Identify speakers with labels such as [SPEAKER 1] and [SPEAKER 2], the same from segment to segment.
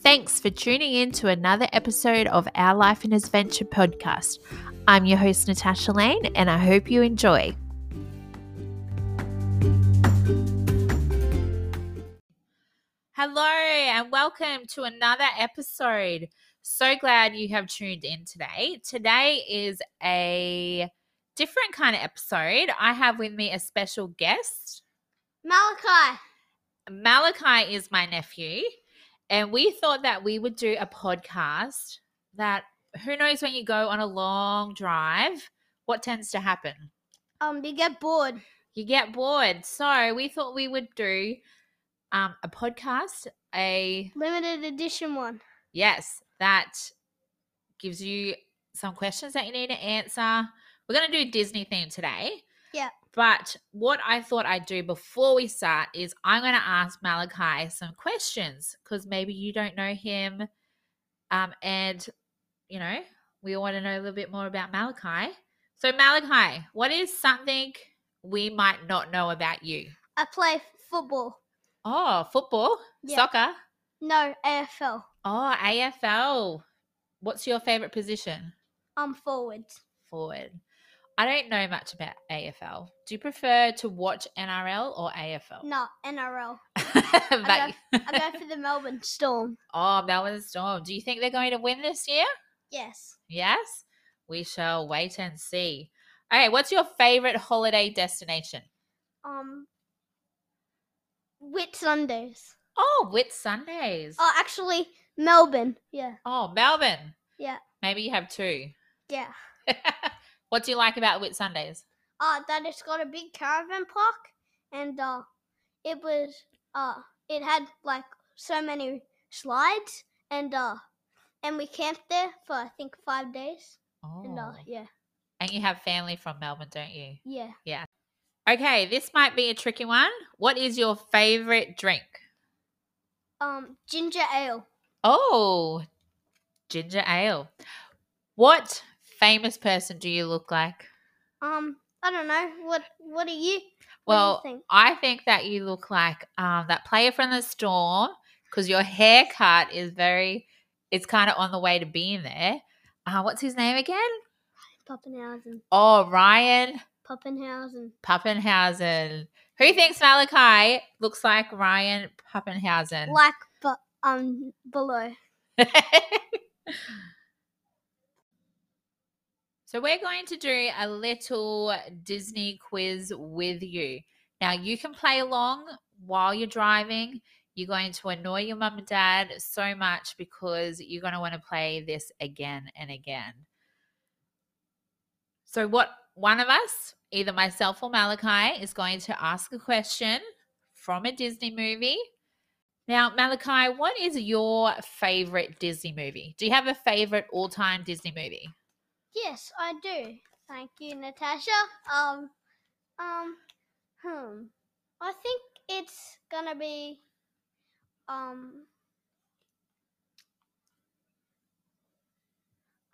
[SPEAKER 1] Thanks for tuning in to another episode of Our Life in Adventure podcast. I'm your host, Natasha Lane, and I hope you enjoy. Hello, and welcome to another episode. So glad you have tuned in today. Today is a different kind of episode. I have with me a special guest.
[SPEAKER 2] Malachi.
[SPEAKER 1] Malachi is my nephew, and we thought that we would do a podcast that who knows when you go on a long drive, what tends to happen?
[SPEAKER 2] Um, you get bored.
[SPEAKER 1] You get bored. So we thought we would do um, a podcast, a
[SPEAKER 2] Limited edition one.
[SPEAKER 1] yes, that gives you some questions that you need to answer. We're going to do Disney theme today.
[SPEAKER 2] Yeah.
[SPEAKER 1] But what I thought I'd do before we start is I'm going to ask Malachi some questions because maybe you don't know him. Um, and, you know, we all want to know a little bit more about Malachi. So, Malachi, what is something we might not know about you?
[SPEAKER 2] I play f- football.
[SPEAKER 1] Oh, football,
[SPEAKER 2] Yeah.
[SPEAKER 1] soccer.
[SPEAKER 2] No, AFL.
[SPEAKER 1] Oh, AFL. What's your favorite position?
[SPEAKER 2] I'm forward.
[SPEAKER 1] Forward. I don't know much about AFL. Do you prefer to watch NRL or AFL?
[SPEAKER 2] No, NRL.
[SPEAKER 1] but,
[SPEAKER 2] I go for the Melbourne Storm.
[SPEAKER 1] oh, Melbourne Storm. Do you think they're going to win this year?
[SPEAKER 2] Yes.
[SPEAKER 1] Yes. We shall wait and see. Okay, what's your favorite holiday destination?
[SPEAKER 2] Um, Whit Sundays.
[SPEAKER 1] Oh, Whit Sundays.
[SPEAKER 2] Oh, actually, Melbourne. Yeah,
[SPEAKER 1] oh, Melbourne.
[SPEAKER 2] Yeah.
[SPEAKER 1] Maybe you have two.
[SPEAKER 2] yeah.
[SPEAKER 1] what do you like about Whit Sundays?
[SPEAKER 2] Uh, that it's got a big caravan park, and uh, it was uh, it had like so many slides, and uh, and we camped there for I think five days,
[SPEAKER 1] Oh.
[SPEAKER 2] and uh, yeah.
[SPEAKER 1] And you have family from Melbourne, don't you?
[SPEAKER 2] Yeah.
[SPEAKER 1] Okay, this might be a tricky one. What is your favorite drink?
[SPEAKER 2] Um, ginger ale.
[SPEAKER 1] Oh, ginger ale. What famous person do you look like?
[SPEAKER 2] Um, I don't know. What What are you? what do you
[SPEAKER 1] Well,
[SPEAKER 2] think?
[SPEAKER 1] I think that you look like um, that player from the Storm because your haircut is very, it's kind of on the way to being there. Uh, what's his name again?
[SPEAKER 2] Poppenhausen.
[SPEAKER 1] Oh, Ryan
[SPEAKER 2] Poppenhausen.
[SPEAKER 1] Pappenhausen. Who thinks Malachi looks like Ryan Pappenhausen?
[SPEAKER 2] Like, but um, below.
[SPEAKER 1] so we're going to do a little Disney quiz with you. Now you can play along while you're driving. You're going to annoy your mum and dad so much because you're going to want to play this again and again. So what one of us, either myself or Malachi, is going to ask a question from a Disney movie. Now, Malachi, what is your favorite Disney movie? Do you have a favorite all-time Disney movie?
[SPEAKER 2] Yes, I do. Thank you, Natasha. Um, um, hmm. I think it's gonna be, um,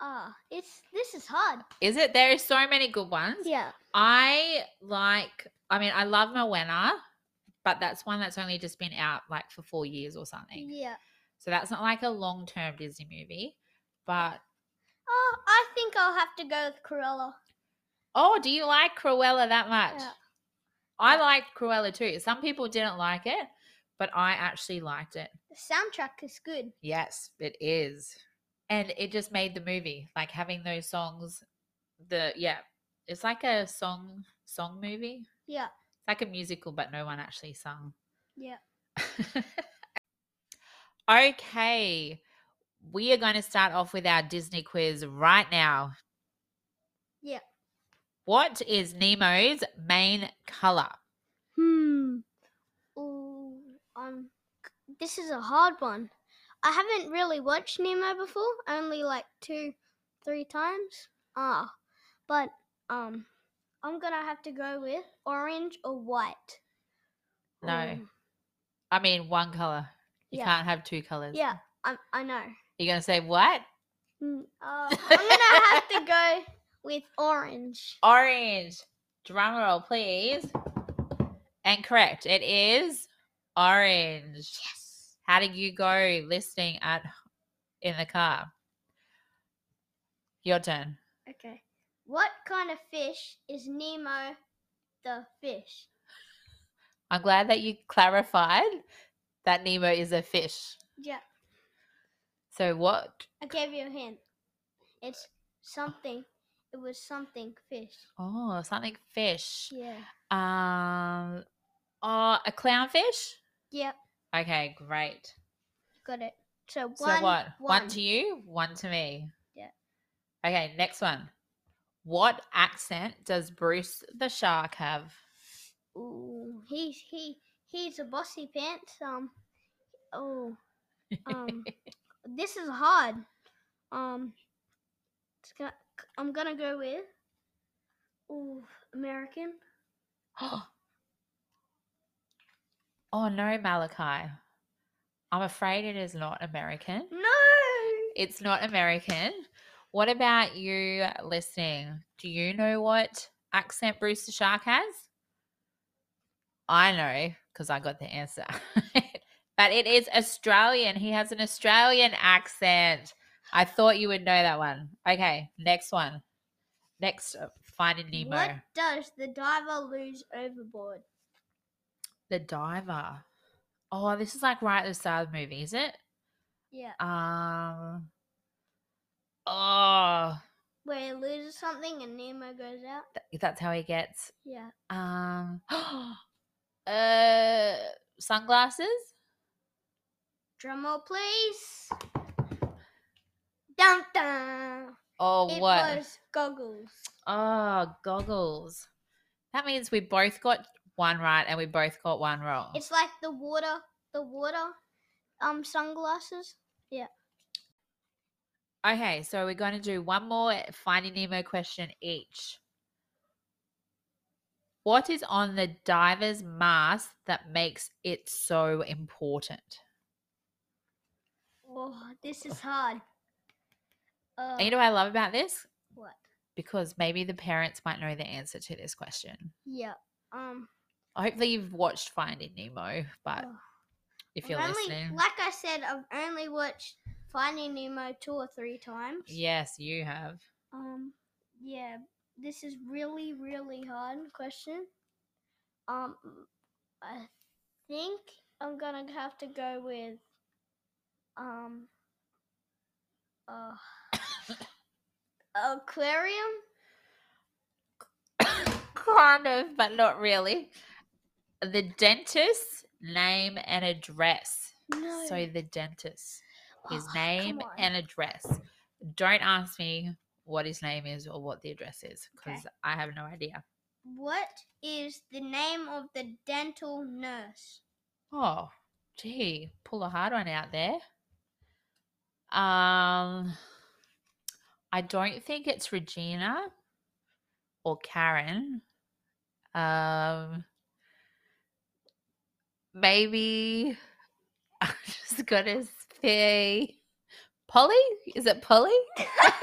[SPEAKER 2] ah, it's this is hard.
[SPEAKER 1] Is it? There are so many good ones.
[SPEAKER 2] Yeah.
[SPEAKER 1] I like. I mean, I love Moana, but that's one that's only just been out like for four years or something.
[SPEAKER 2] Yeah.
[SPEAKER 1] So that's not like a long-term Disney movie. But
[SPEAKER 2] Oh, I think I'll have to go with Cruella.
[SPEAKER 1] oh, do you like Cruella that much?
[SPEAKER 2] Yeah.
[SPEAKER 1] I liked Cruella too. Some people didn't like it, but I actually liked it.
[SPEAKER 2] The soundtrack is good.
[SPEAKER 1] Yes, it is. And it just made the movie. Like having those songs, the yeah, it's like a song song movie.
[SPEAKER 2] Yeah.
[SPEAKER 1] It's like a musical, but no one actually sung.
[SPEAKER 2] Yeah.
[SPEAKER 1] okay. We are going to start off with our Disney quiz right now.
[SPEAKER 2] Yeah.
[SPEAKER 1] What is Nemo's main color?
[SPEAKER 2] Hmm. Ooh, um, c- this is a hard one. I haven't really watched Nemo before, only like two, three times. Ah, but um, I'm gonna have to go with orange or white. Mm,
[SPEAKER 1] No.
[SPEAKER 2] Ooh,
[SPEAKER 1] I mean, one color. You
[SPEAKER 2] Yeah.
[SPEAKER 1] can't have two colors.
[SPEAKER 2] Yeah, I I know.
[SPEAKER 1] You're going to say what?
[SPEAKER 2] Mm, Uh, I'm gonna have to go with orange.
[SPEAKER 1] Orange. Drum roll, please. And correct. It is orange.
[SPEAKER 2] Yes.
[SPEAKER 1] How did you go listening at in the car? Your turn.
[SPEAKER 2] Okay. What kind of fish is Nemo the fish?
[SPEAKER 1] I'm glad that you clarified that Nemo is a fish.
[SPEAKER 2] Yeah,
[SPEAKER 1] So what?
[SPEAKER 2] I gave you a hint. It's something. It was something fish.
[SPEAKER 1] Oh, something fish.
[SPEAKER 2] Yeah.
[SPEAKER 1] Um, oh, a clownfish.
[SPEAKER 2] Yep,
[SPEAKER 1] Okay, great.
[SPEAKER 2] got it. So one.
[SPEAKER 1] So what? One.
[SPEAKER 2] one.
[SPEAKER 1] to you, one to me.
[SPEAKER 2] Yeah.
[SPEAKER 1] Okay, next one. What accent does Bruce the shark have?
[SPEAKER 2] Ooh, he's he he's a bossy pants. Um, oh, um, this is hard. Um, it's gonna, I'm gonna go with ooh American.
[SPEAKER 1] oh no, Malachi. I'm afraid it is not American.
[SPEAKER 2] No,
[SPEAKER 1] It's not American. What about you listening? Do you know what accent Bruce the Shark has? I know because I got the answer. but it is Australian. He has an Australian accent. I thought you would know that one. Okay, next one. Next, uh, Finding Nemo.
[SPEAKER 2] what does the diver lose overboard?
[SPEAKER 1] The diver. Oh, this is like right at the start of the movie, is it?
[SPEAKER 2] Yeah,
[SPEAKER 1] Um. Oh,
[SPEAKER 2] where he loses something and Nemo goes out.
[SPEAKER 1] th- that's how he gets
[SPEAKER 2] Yeah,
[SPEAKER 1] Um, uh, sunglasses.
[SPEAKER 2] drum roll, please. Dun dun.
[SPEAKER 1] Oh,
[SPEAKER 2] It
[SPEAKER 1] what?
[SPEAKER 2] was goggles.
[SPEAKER 1] Oh, goggles. That means we both got one right and we both got one wrong.
[SPEAKER 2] It's like the water, the water, um, sunglasses.
[SPEAKER 1] okay, so we're going to do one more Finding Nemo question each. What is on the diver's mask that makes it so important?
[SPEAKER 2] Oh, this is hard. Uh,
[SPEAKER 1] And you know what I love about this?
[SPEAKER 2] what?
[SPEAKER 1] Because maybe the parents might know the answer to this question.
[SPEAKER 2] Yeah. Um.
[SPEAKER 1] Hopefully, you've watched Finding Nemo, but
[SPEAKER 2] oh,
[SPEAKER 1] if
[SPEAKER 2] I've
[SPEAKER 1] you're
[SPEAKER 2] only,
[SPEAKER 1] listening,
[SPEAKER 2] like I said, I've only watched Finding Nemo two or three times.
[SPEAKER 1] yes, you have.
[SPEAKER 2] Um. Yeah. This is really, really hard question. Um. I think I'm gonna have to go with. Um. Uh. aquarium.
[SPEAKER 1] kind of, but not really. The dentist's name and address.
[SPEAKER 2] No.
[SPEAKER 1] So the dentist, his
[SPEAKER 2] Oh, come
[SPEAKER 1] name
[SPEAKER 2] on.
[SPEAKER 1] and address. Don't ask me what his name is or what the address is
[SPEAKER 2] Okay.
[SPEAKER 1] because I have no idea.
[SPEAKER 2] What is the name of the dental nurse?
[SPEAKER 1] Oh, gee, pull a hard one out there. Um, I don't think it's Regina or Karen. Um, maybe I'm just gonna say Polly. Is it Polly?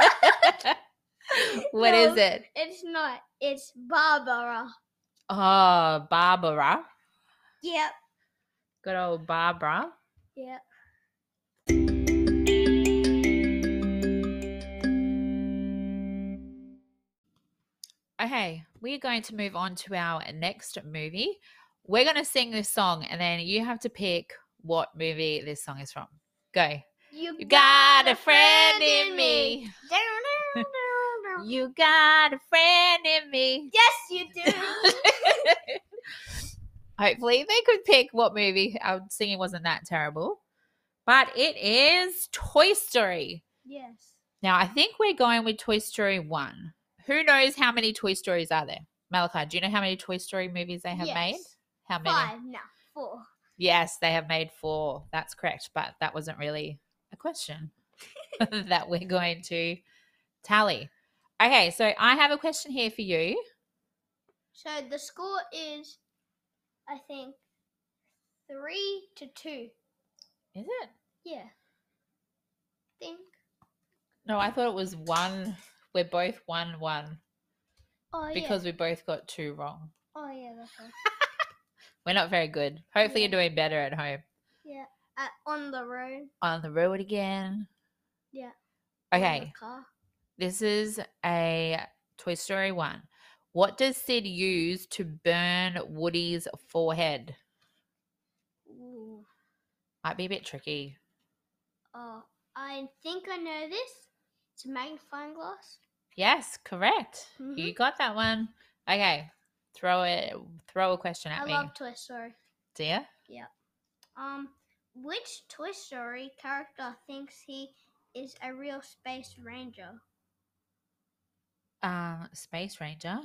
[SPEAKER 1] What is
[SPEAKER 2] No.
[SPEAKER 1] it?
[SPEAKER 2] It's not. It's Barbara.
[SPEAKER 1] Oh, Barbara.
[SPEAKER 2] Yep.
[SPEAKER 1] Good old Barbara.
[SPEAKER 2] Yep.
[SPEAKER 1] Okay, we're going to move on to our next movie. We're going to sing this song, and then you have to pick what movie this song is from. Go. You got a friend in me. You got a friend in me.
[SPEAKER 2] yes, you do.
[SPEAKER 1] Hopefully, they could pick what movie. Our singing wasn't that terrible, but it is Toy Story.
[SPEAKER 2] yes.
[SPEAKER 1] Now, I think we're going with Toy Story 1. Who knows how many Toy Stories are there? Malachi, do you know how many Toy Story movies they have
[SPEAKER 2] yes.
[SPEAKER 1] made? How many?
[SPEAKER 2] Five. No, four.
[SPEAKER 1] Yes, they have made four. That's correct. But that wasn't really a question that we're going to tally. Okay, so I have a question here for you.
[SPEAKER 2] So the score is, I think, three to two.
[SPEAKER 1] Is it?
[SPEAKER 2] Yeah. Think.
[SPEAKER 1] No, I thought it was one. We're both one one
[SPEAKER 2] Oh
[SPEAKER 1] because we both got two wrong.
[SPEAKER 2] yeah. Oh yeah. That's right.
[SPEAKER 1] We're not very good. Hopefully,
[SPEAKER 2] Yeah.
[SPEAKER 1] you're doing better at home.
[SPEAKER 2] Yeah. at, on the road.
[SPEAKER 1] on the road again.
[SPEAKER 2] Yeah. in the
[SPEAKER 1] Okay,
[SPEAKER 2] car.
[SPEAKER 1] this is a Toy Story one. What does Sid use to burn Woody's forehead?
[SPEAKER 2] Ooh.
[SPEAKER 1] Might be a bit tricky.
[SPEAKER 2] Oh, I think I know this. It's a magnifying glass.
[SPEAKER 1] Yes, correct.
[SPEAKER 2] Mhm.
[SPEAKER 1] You got that one. Okay, throw it. Throw a question at
[SPEAKER 2] I
[SPEAKER 1] me,
[SPEAKER 2] love Toy Story.
[SPEAKER 1] dear.
[SPEAKER 2] Um, which Toy Story character thinks he is a real space ranger?
[SPEAKER 1] Um, Space Ranger.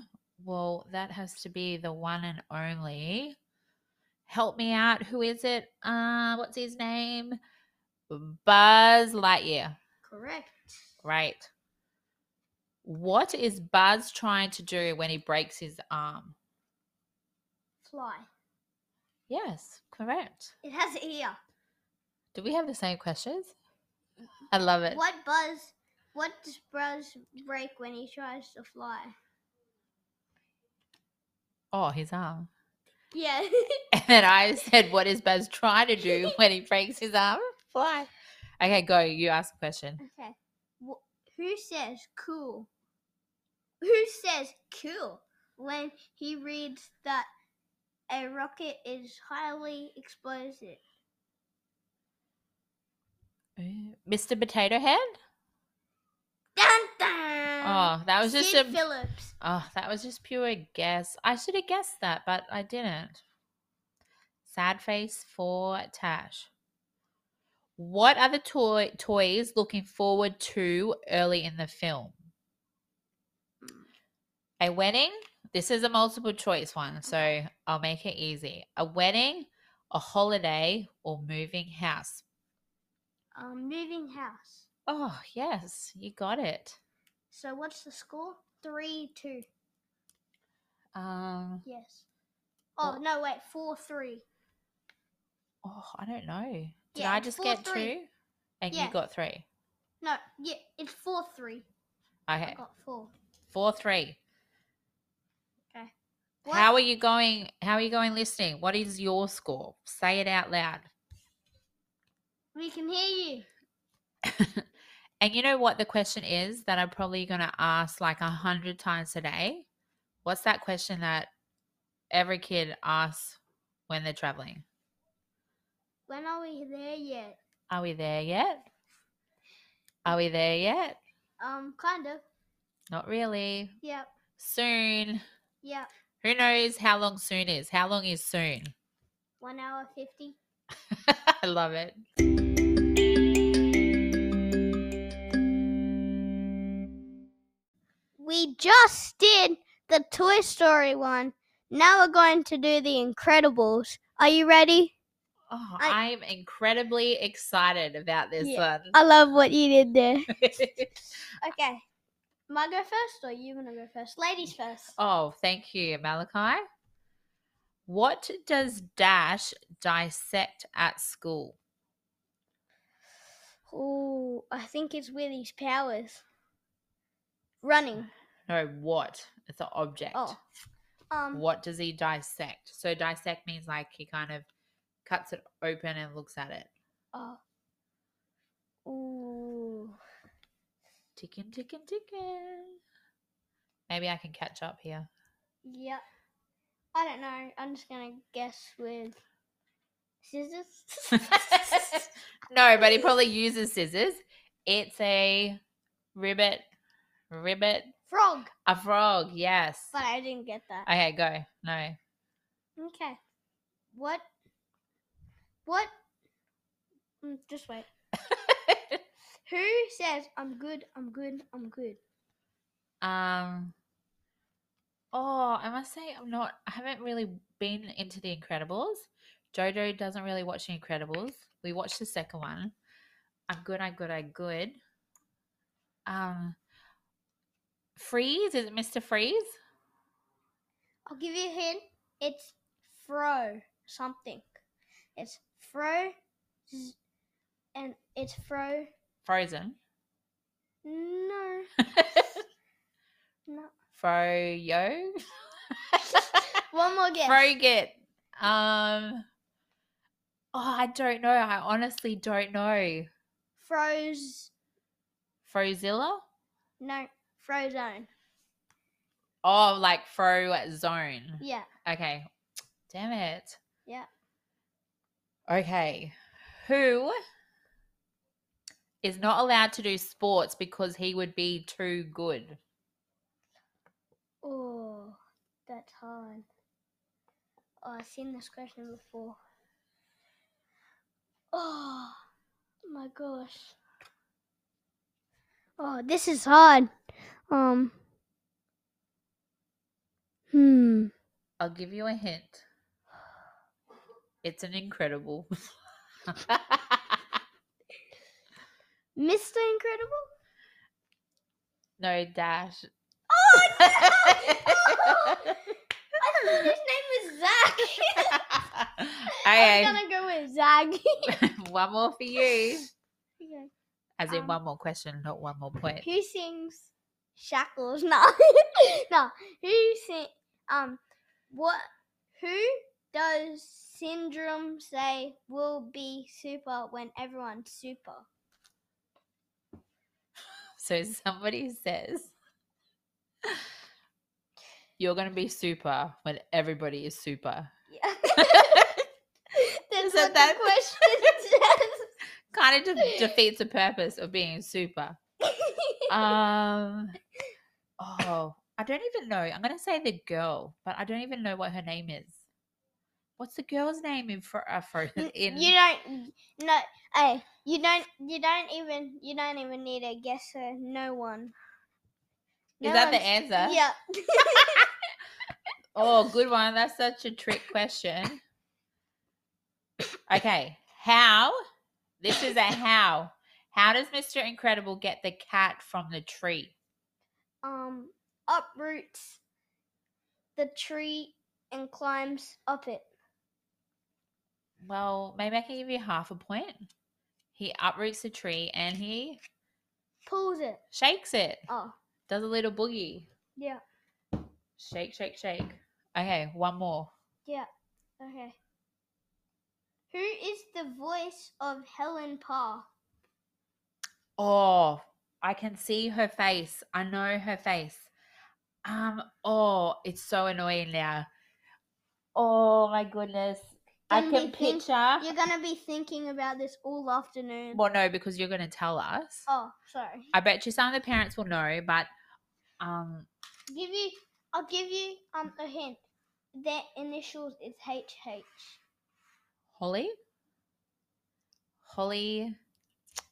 [SPEAKER 1] Well, that has to be the one and only. Help me out. Who is it? Uh, what's his name? Buzz Lightyear.
[SPEAKER 2] Correct.
[SPEAKER 1] Right. What is Buzz trying to do when he breaks his arm?
[SPEAKER 2] Fly.
[SPEAKER 1] Yes, correct.
[SPEAKER 2] It has an ear.
[SPEAKER 1] Do we have the same questions? I love it.
[SPEAKER 2] What Buzz? What does Buzz break when he tries to fly?
[SPEAKER 1] Oh, his arm.
[SPEAKER 2] Yeah.
[SPEAKER 1] And then I said, What is Buzz trying to do when he breaks his arm? Fly. Okay, go. You ask a question.
[SPEAKER 2] okay. Wh- who says cool? Who says cool when he reads that a rocket is highly explosive?
[SPEAKER 1] Uh, Mr. Potato Head?
[SPEAKER 2] Dun dun.
[SPEAKER 1] Oh, that was just
[SPEAKER 2] Uh, Sid
[SPEAKER 1] a
[SPEAKER 2] Phillips.
[SPEAKER 1] oh, that was just pure guess. I should have guessed that, but I didn't. Sad face for Tash. What are the toy toys looking forward to early in the film? A wedding. This is a multiple choice one, so I'll make it easy. A wedding, a holiday, or moving house.
[SPEAKER 2] Um, moving house.
[SPEAKER 1] Oh, yes, you got it.
[SPEAKER 2] So what's the score? Three two.
[SPEAKER 1] Um,
[SPEAKER 2] Yes. Oh
[SPEAKER 1] What?
[SPEAKER 2] no! Wait, four three.
[SPEAKER 1] Oh, I don't know. Did
[SPEAKER 2] Yeah,
[SPEAKER 1] I
[SPEAKER 2] it's
[SPEAKER 1] just
[SPEAKER 2] four,
[SPEAKER 1] get
[SPEAKER 2] three.
[SPEAKER 1] two? And
[SPEAKER 2] Yeah.
[SPEAKER 1] you got three.
[SPEAKER 2] No, yeah, it's four three. I
[SPEAKER 1] Okay.
[SPEAKER 2] got four.
[SPEAKER 1] Four three.
[SPEAKER 2] What?
[SPEAKER 1] How are you going? How are you going listening? What is your score? Say it out loud.
[SPEAKER 2] we can hear you.
[SPEAKER 1] and you know what the question is that I'm probably gonna ask like a hundred times today? What's that question that every kid asks when they're traveling?
[SPEAKER 2] When are we there yet?
[SPEAKER 1] Are we there yet? Are we there yet?
[SPEAKER 2] Um, kind of.
[SPEAKER 1] Not really.
[SPEAKER 2] Yep.
[SPEAKER 1] Soon.
[SPEAKER 2] Yep.
[SPEAKER 1] Who knows how long soon is? How long is soon?
[SPEAKER 2] One hour fifty.
[SPEAKER 1] I love it.
[SPEAKER 2] We just did the Toy Story one. Now we're going to do the Incredibles. Are you ready?
[SPEAKER 1] Oh, I,
[SPEAKER 2] I-
[SPEAKER 1] am incredibly excited about this
[SPEAKER 2] Yeah.
[SPEAKER 1] one.
[SPEAKER 2] I love what you did there. Okay. Am I go first or you wanna go first? Ladies first.
[SPEAKER 1] oh, thank you, Malachi. What does Dash dissect at school?
[SPEAKER 2] Oh, I think it's with his powers. Running.
[SPEAKER 1] No, what? It's an object.
[SPEAKER 2] Oh. Um
[SPEAKER 1] What does he dissect? So dissect means like he kind of cuts it open and looks at it.
[SPEAKER 2] oh. Ooh.
[SPEAKER 1] Ticking, ticking, ticking. Maybe I can catch up here.
[SPEAKER 2] Yep. I don't know. I'm just gonna guess with scissors.
[SPEAKER 1] no, but he probably uses scissors. It's a ribbit, ribbit,
[SPEAKER 2] Frog.
[SPEAKER 1] a frog. Yes.
[SPEAKER 2] But I didn't get that.
[SPEAKER 1] Okay, go. No.
[SPEAKER 2] Okay. What? What? Mm, Just wait. Who says I'm good? I'm good. I'm good.
[SPEAKER 1] um. Oh, I must say I'm not. I haven't really been into the Incredibles. Jojo doesn't really watch the Incredibles. We watched the second one. I'm good. I'm good. I'm good. Um. Freeze is it Mr. Freeze?
[SPEAKER 2] I'll give you a hint. It's fro something. It's fro, z- and it's fro.
[SPEAKER 1] Frozen.
[SPEAKER 2] No, no.
[SPEAKER 1] Froyo.
[SPEAKER 2] One more guess.
[SPEAKER 1] Froget. Um. Oh, I don't know. I honestly don't know.
[SPEAKER 2] Froze.
[SPEAKER 1] Frozilla?
[SPEAKER 2] No, Frozone.
[SPEAKER 1] Oh, like Frozone.
[SPEAKER 2] Yeah.
[SPEAKER 1] Okay. Damn it.
[SPEAKER 2] Yeah.
[SPEAKER 1] Okay. Who is not allowed to do sports because he would be too good?
[SPEAKER 2] Oh, that's hard. Oh, I've seen this question before. Oh, my gosh. Oh, this is hard. Um. Hmm.
[SPEAKER 1] I'll give you a hint. It's an incredible.
[SPEAKER 2] Mr. Incredible?
[SPEAKER 1] no dash.
[SPEAKER 2] Oh, I thought his name was Zach.
[SPEAKER 1] okay.
[SPEAKER 2] I'm gonna go with Zach.
[SPEAKER 1] one more for you.
[SPEAKER 2] Okay.
[SPEAKER 1] As in
[SPEAKER 2] Um,
[SPEAKER 1] one more question, not one more point.
[SPEAKER 2] Who sings Shackles? No, no. Who sing? Um, what? Who does Syndrome say will be super when everyone's super?
[SPEAKER 1] So somebody says you're gonna be super when everybody is super.
[SPEAKER 2] Yeah. That's
[SPEAKER 1] Is it
[SPEAKER 2] what
[SPEAKER 1] that-
[SPEAKER 2] the question
[SPEAKER 1] Kind of de- defeats the purpose of being super.
[SPEAKER 2] says.
[SPEAKER 1] Um oh, I don't even know. I'm gonna say the girl, but I don't even know what her name is. What's the girl's name in for uh, for
[SPEAKER 2] N-
[SPEAKER 1] in
[SPEAKER 2] you don't no hey you don't you don't even you don't even need a guesser no one
[SPEAKER 1] Is that the
[SPEAKER 2] one's-
[SPEAKER 1] answer?
[SPEAKER 2] yeah
[SPEAKER 1] Oh, good one. That's such a trick question. Okay. How? This is a how. How does Mr. Incredible get the cat from the tree?
[SPEAKER 2] um uproots the tree and climbs up it
[SPEAKER 1] Well, maybe I can give you half a point. He uproots the tree and he
[SPEAKER 2] pulls it
[SPEAKER 1] shakes it,
[SPEAKER 2] oh
[SPEAKER 1] does a little boogie.
[SPEAKER 2] yeah
[SPEAKER 1] Shake, shake, shake. Okay, one more.
[SPEAKER 2] yeah okay who is the voice of Helen Parr
[SPEAKER 1] Oh, I can see her face. I know her face. Um, oh, it's so annoying now. Oh my goodness. I
[SPEAKER 2] Then
[SPEAKER 1] can
[SPEAKER 2] we think
[SPEAKER 1] picture.
[SPEAKER 2] you're gonna be thinking about this all afternoon
[SPEAKER 1] Well, no, because you're going to tell us.
[SPEAKER 2] oh sorry
[SPEAKER 1] I bet you some of the parents will know, but um,
[SPEAKER 2] Give you, I'll give you um a hint. Their initials is HH.
[SPEAKER 1] Holly? Holly?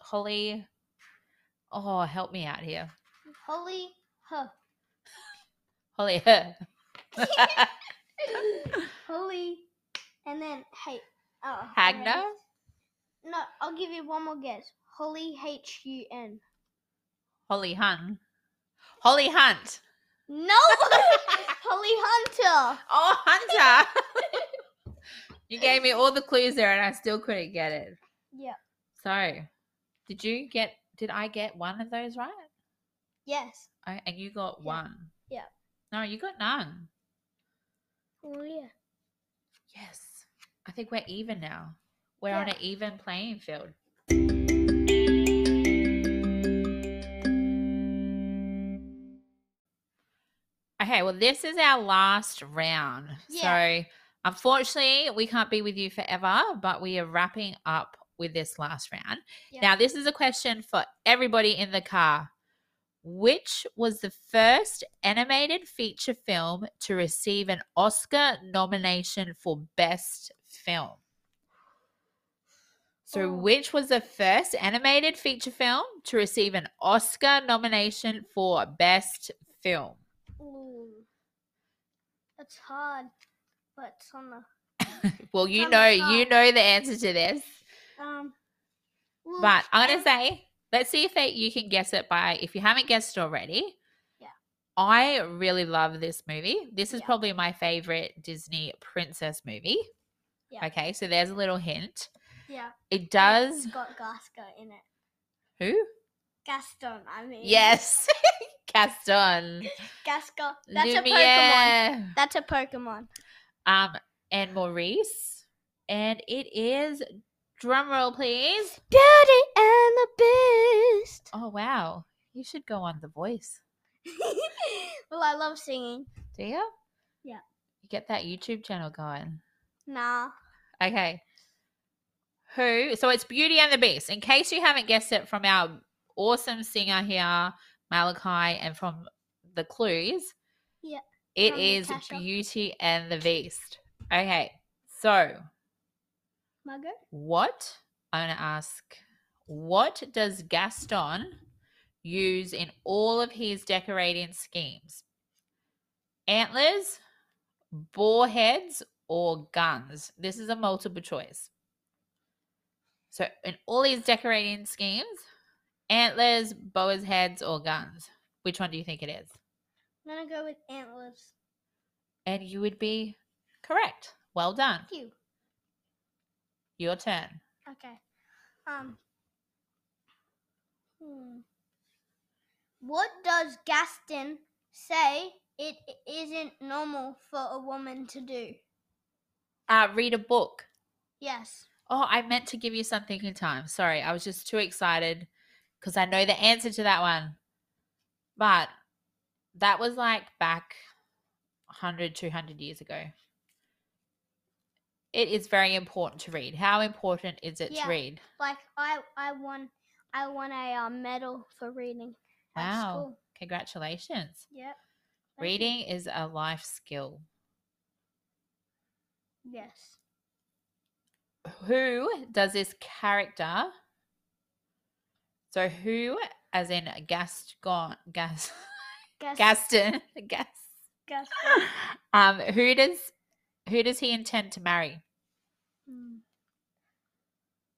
[SPEAKER 1] Holly? Oh, help me out here.
[SPEAKER 2] Holly, huh?
[SPEAKER 1] Holly.
[SPEAKER 2] Holly, and then H. Oh,
[SPEAKER 1] Hagner?
[SPEAKER 2] and- No, I'll give you one more guess. Holly H U N.
[SPEAKER 1] Holly Hunt. Holly Hunt.
[SPEAKER 2] No, Holly Hunter.
[SPEAKER 1] Oh, Hunter. you gave me all the clues there and I still couldn't get it.
[SPEAKER 2] Yeah.
[SPEAKER 1] So, did you get, did I get one of those right?
[SPEAKER 2] Yes.
[SPEAKER 1] I, and you got
[SPEAKER 2] Yeah.
[SPEAKER 1] one.
[SPEAKER 2] Yeah.
[SPEAKER 1] No, you got none.
[SPEAKER 2] Oh yeah.
[SPEAKER 1] Yes. I think we're even now. We're on
[SPEAKER 2] Yeah.
[SPEAKER 1] an even playing field. Okay, well, this is our last round.
[SPEAKER 2] Yeah.
[SPEAKER 1] So, unfortunately, we can't be with you forever, but we are wrapping up with this last round.
[SPEAKER 2] Yeah.
[SPEAKER 1] Now, this is a question for everybody in the car. Which was the first animated feature film to receive an Oscar nomination for Best Film? So,
[SPEAKER 2] Oh.
[SPEAKER 1] which was the first animated feature film to receive an Oscar nomination for Best Film?
[SPEAKER 2] Ooh. That's hard, but it's on the
[SPEAKER 1] Well, you
[SPEAKER 2] From
[SPEAKER 1] know,
[SPEAKER 2] the
[SPEAKER 1] you
[SPEAKER 2] top.
[SPEAKER 1] know the answer to this,
[SPEAKER 2] um. well,
[SPEAKER 1] but I'm
[SPEAKER 2] um,
[SPEAKER 1] gonna say, let's see if that you can guess it by if you haven't guessed already.
[SPEAKER 2] Yeah.
[SPEAKER 1] I really love this movie. This is
[SPEAKER 2] Yeah.
[SPEAKER 1] probably my favorite Disney princess movie.
[SPEAKER 2] Yeah.
[SPEAKER 1] Okay, so there's a little hint.
[SPEAKER 2] Yeah.
[SPEAKER 1] It
[SPEAKER 2] and
[SPEAKER 1] does.
[SPEAKER 2] It's got Gasco in it.
[SPEAKER 1] Who?
[SPEAKER 2] Gaston, I mean.
[SPEAKER 1] Yes, Gaston.
[SPEAKER 2] Gasco. That's a Pokemon.
[SPEAKER 1] Lumiere.
[SPEAKER 2] That's a Pokemon.
[SPEAKER 1] Um, and Maurice. and it is drumroll, please.
[SPEAKER 2] Beauty and the Beast.
[SPEAKER 1] Oh wow, you should go on The Voice.
[SPEAKER 2] well, I love singing.
[SPEAKER 1] Do you?
[SPEAKER 2] Yeah.
[SPEAKER 1] Get that YouTube channel going.
[SPEAKER 2] Nah.
[SPEAKER 1] Okay. Who? So it's Beauty and the Beast. In case you haven't guessed it from our awesome singer here, Malachi, and from the clues.
[SPEAKER 2] Yeah,
[SPEAKER 1] It
[SPEAKER 2] from
[SPEAKER 1] is
[SPEAKER 2] Natasha.
[SPEAKER 1] Beauty and the Beast. Okay. So
[SPEAKER 2] Margot?
[SPEAKER 1] what? I'm going to ask what does Gaston use in all of his decorating schemes? Antlers, boar heads, or guns? This is a multiple choice. So, in all his decorating schemes, antlers, boar's heads, or guns? Which one do you think it is?
[SPEAKER 2] I'm going to go with antlers.
[SPEAKER 1] And you would be correct. Well done.
[SPEAKER 2] You.
[SPEAKER 1] Your turn.
[SPEAKER 2] Okay. Um. Hmm. What does Gaston say it isn't normal for a woman to do?
[SPEAKER 1] Uh, read a book.
[SPEAKER 2] Yes.
[SPEAKER 1] Oh, I meant to give you something in time. Sorry, I was just too excited because I know the answer to that one. But that was like back 100, 200 years ago. It is very important to read. How important is it
[SPEAKER 2] Yeah.
[SPEAKER 1] to read?
[SPEAKER 2] Like I, I won, I won a uh, medal for reading. at
[SPEAKER 1] Wow.
[SPEAKER 2] school.
[SPEAKER 1] Congratulations.
[SPEAKER 2] Yep. Thank you.
[SPEAKER 1] Reading is a life skill.
[SPEAKER 2] Yes.
[SPEAKER 1] Who does this character? So, who, as in Gaston, Gas,
[SPEAKER 2] Gas.
[SPEAKER 1] Gaston, Gas.
[SPEAKER 2] Gas.
[SPEAKER 1] um, who does who does he intend to marry?
[SPEAKER 2] Hmm.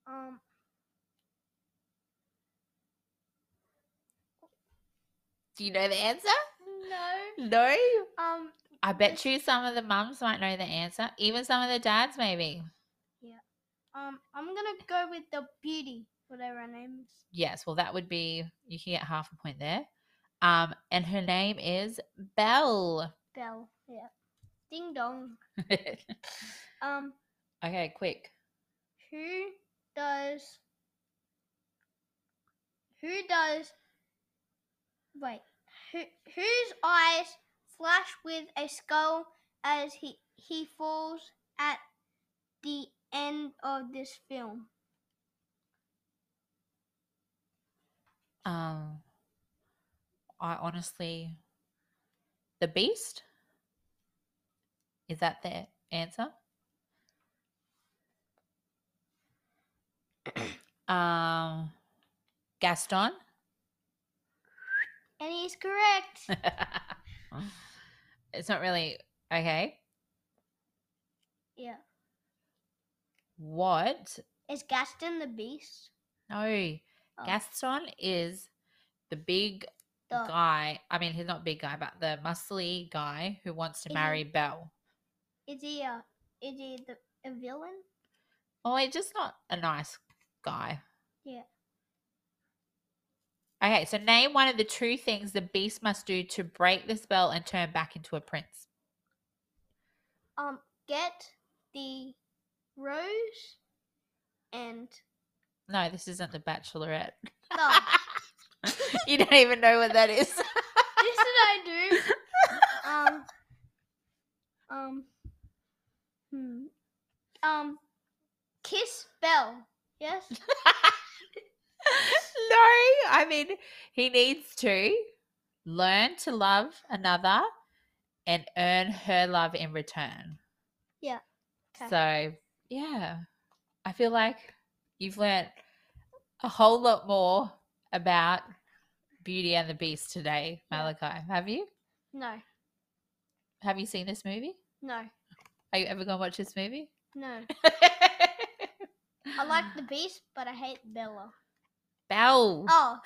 [SPEAKER 2] Um.
[SPEAKER 1] Do you know the answer?
[SPEAKER 2] No.
[SPEAKER 1] No.
[SPEAKER 2] Um.
[SPEAKER 1] I bet
[SPEAKER 2] Yes.
[SPEAKER 1] you some of the mums might know the answer. Even some of the dads, maybe.
[SPEAKER 2] Um. I'm gonna go with the beauty, whatever her name is.
[SPEAKER 1] Yes. Well, that would be you can get half a point there. Um, and her name is Belle.
[SPEAKER 2] Bell. Yeah. Ding dong.
[SPEAKER 1] okay,
[SPEAKER 2] Um.
[SPEAKER 1] quick.
[SPEAKER 2] Who does? Who does? Wait. Who, whose eyes flash with a skull as he he falls at the end of this film?
[SPEAKER 1] Um, I honestly, the Beast. Is that the answer? um, Gaston.
[SPEAKER 2] And he's correct.
[SPEAKER 1] it's not really okay.
[SPEAKER 2] yeah.
[SPEAKER 1] What?
[SPEAKER 2] Is Gaston the Beast?
[SPEAKER 1] No,
[SPEAKER 2] Oh,
[SPEAKER 1] Gaston is the big
[SPEAKER 2] the-
[SPEAKER 1] guy. I mean, he's not big guy, but the muscly guy who wants to
[SPEAKER 2] Is he-
[SPEAKER 1] marry Belle.
[SPEAKER 2] Is he a is he the a villain?
[SPEAKER 1] Oh, he's just not a nice guy.
[SPEAKER 2] Yeah.
[SPEAKER 1] Okay, so name one of the two things the beast must do to break the spell and turn back into a prince.
[SPEAKER 2] Um, get the rose and
[SPEAKER 1] No, this isn't the Bachelorette.
[SPEAKER 2] no.
[SPEAKER 1] you don't even know what that is.
[SPEAKER 2] yes, did I do? Um, um, hmm, um, kiss Bell. Yes.
[SPEAKER 1] no, I mean, he needs to learn to love another and earn her love in return.
[SPEAKER 2] Yeah. 'Kay.
[SPEAKER 1] So, yeah, I feel like you've learnt a whole lot more about Beauty and the Beast today,
[SPEAKER 2] Yeah.
[SPEAKER 1] Malachi. Have you?
[SPEAKER 2] No.
[SPEAKER 1] Have you seen this movie?
[SPEAKER 2] No.
[SPEAKER 1] Are you ever going to watch this movie?
[SPEAKER 2] No. I like the Beast, but I hate Bella.
[SPEAKER 1] Belle.
[SPEAKER 2] Oh,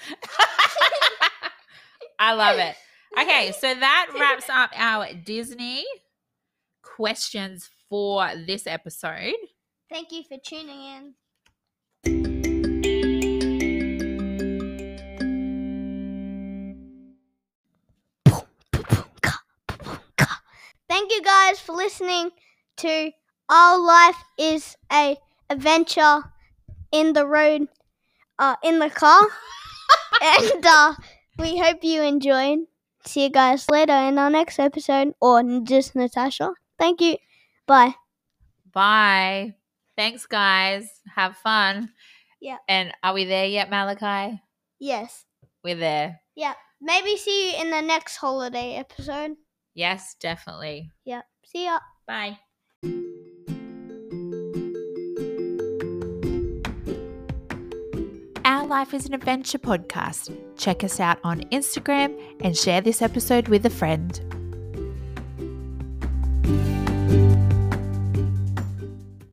[SPEAKER 1] I love it. Okay, so that wraps up our Disney questions for this episode.
[SPEAKER 2] Thank you for tuning in. Thank you guys for listening to Our life is a adventure in the road, uh, in the car, and uh, we hope you enjoyed. See you guys later in our next episode, or just Natasha. Thank you. Bye.
[SPEAKER 1] Bye. Thanks, guys. Have fun.
[SPEAKER 2] Yeah.
[SPEAKER 1] And are we there yet, Malachi?
[SPEAKER 2] Yes.
[SPEAKER 1] We're there.
[SPEAKER 2] Maybe see you in the next holiday episode.
[SPEAKER 1] Yes, definitely.
[SPEAKER 2] Yep. See ya.
[SPEAKER 1] Bye. Our Life is an Adventure podcast. Check us out on Instagram and share this episode with a friend.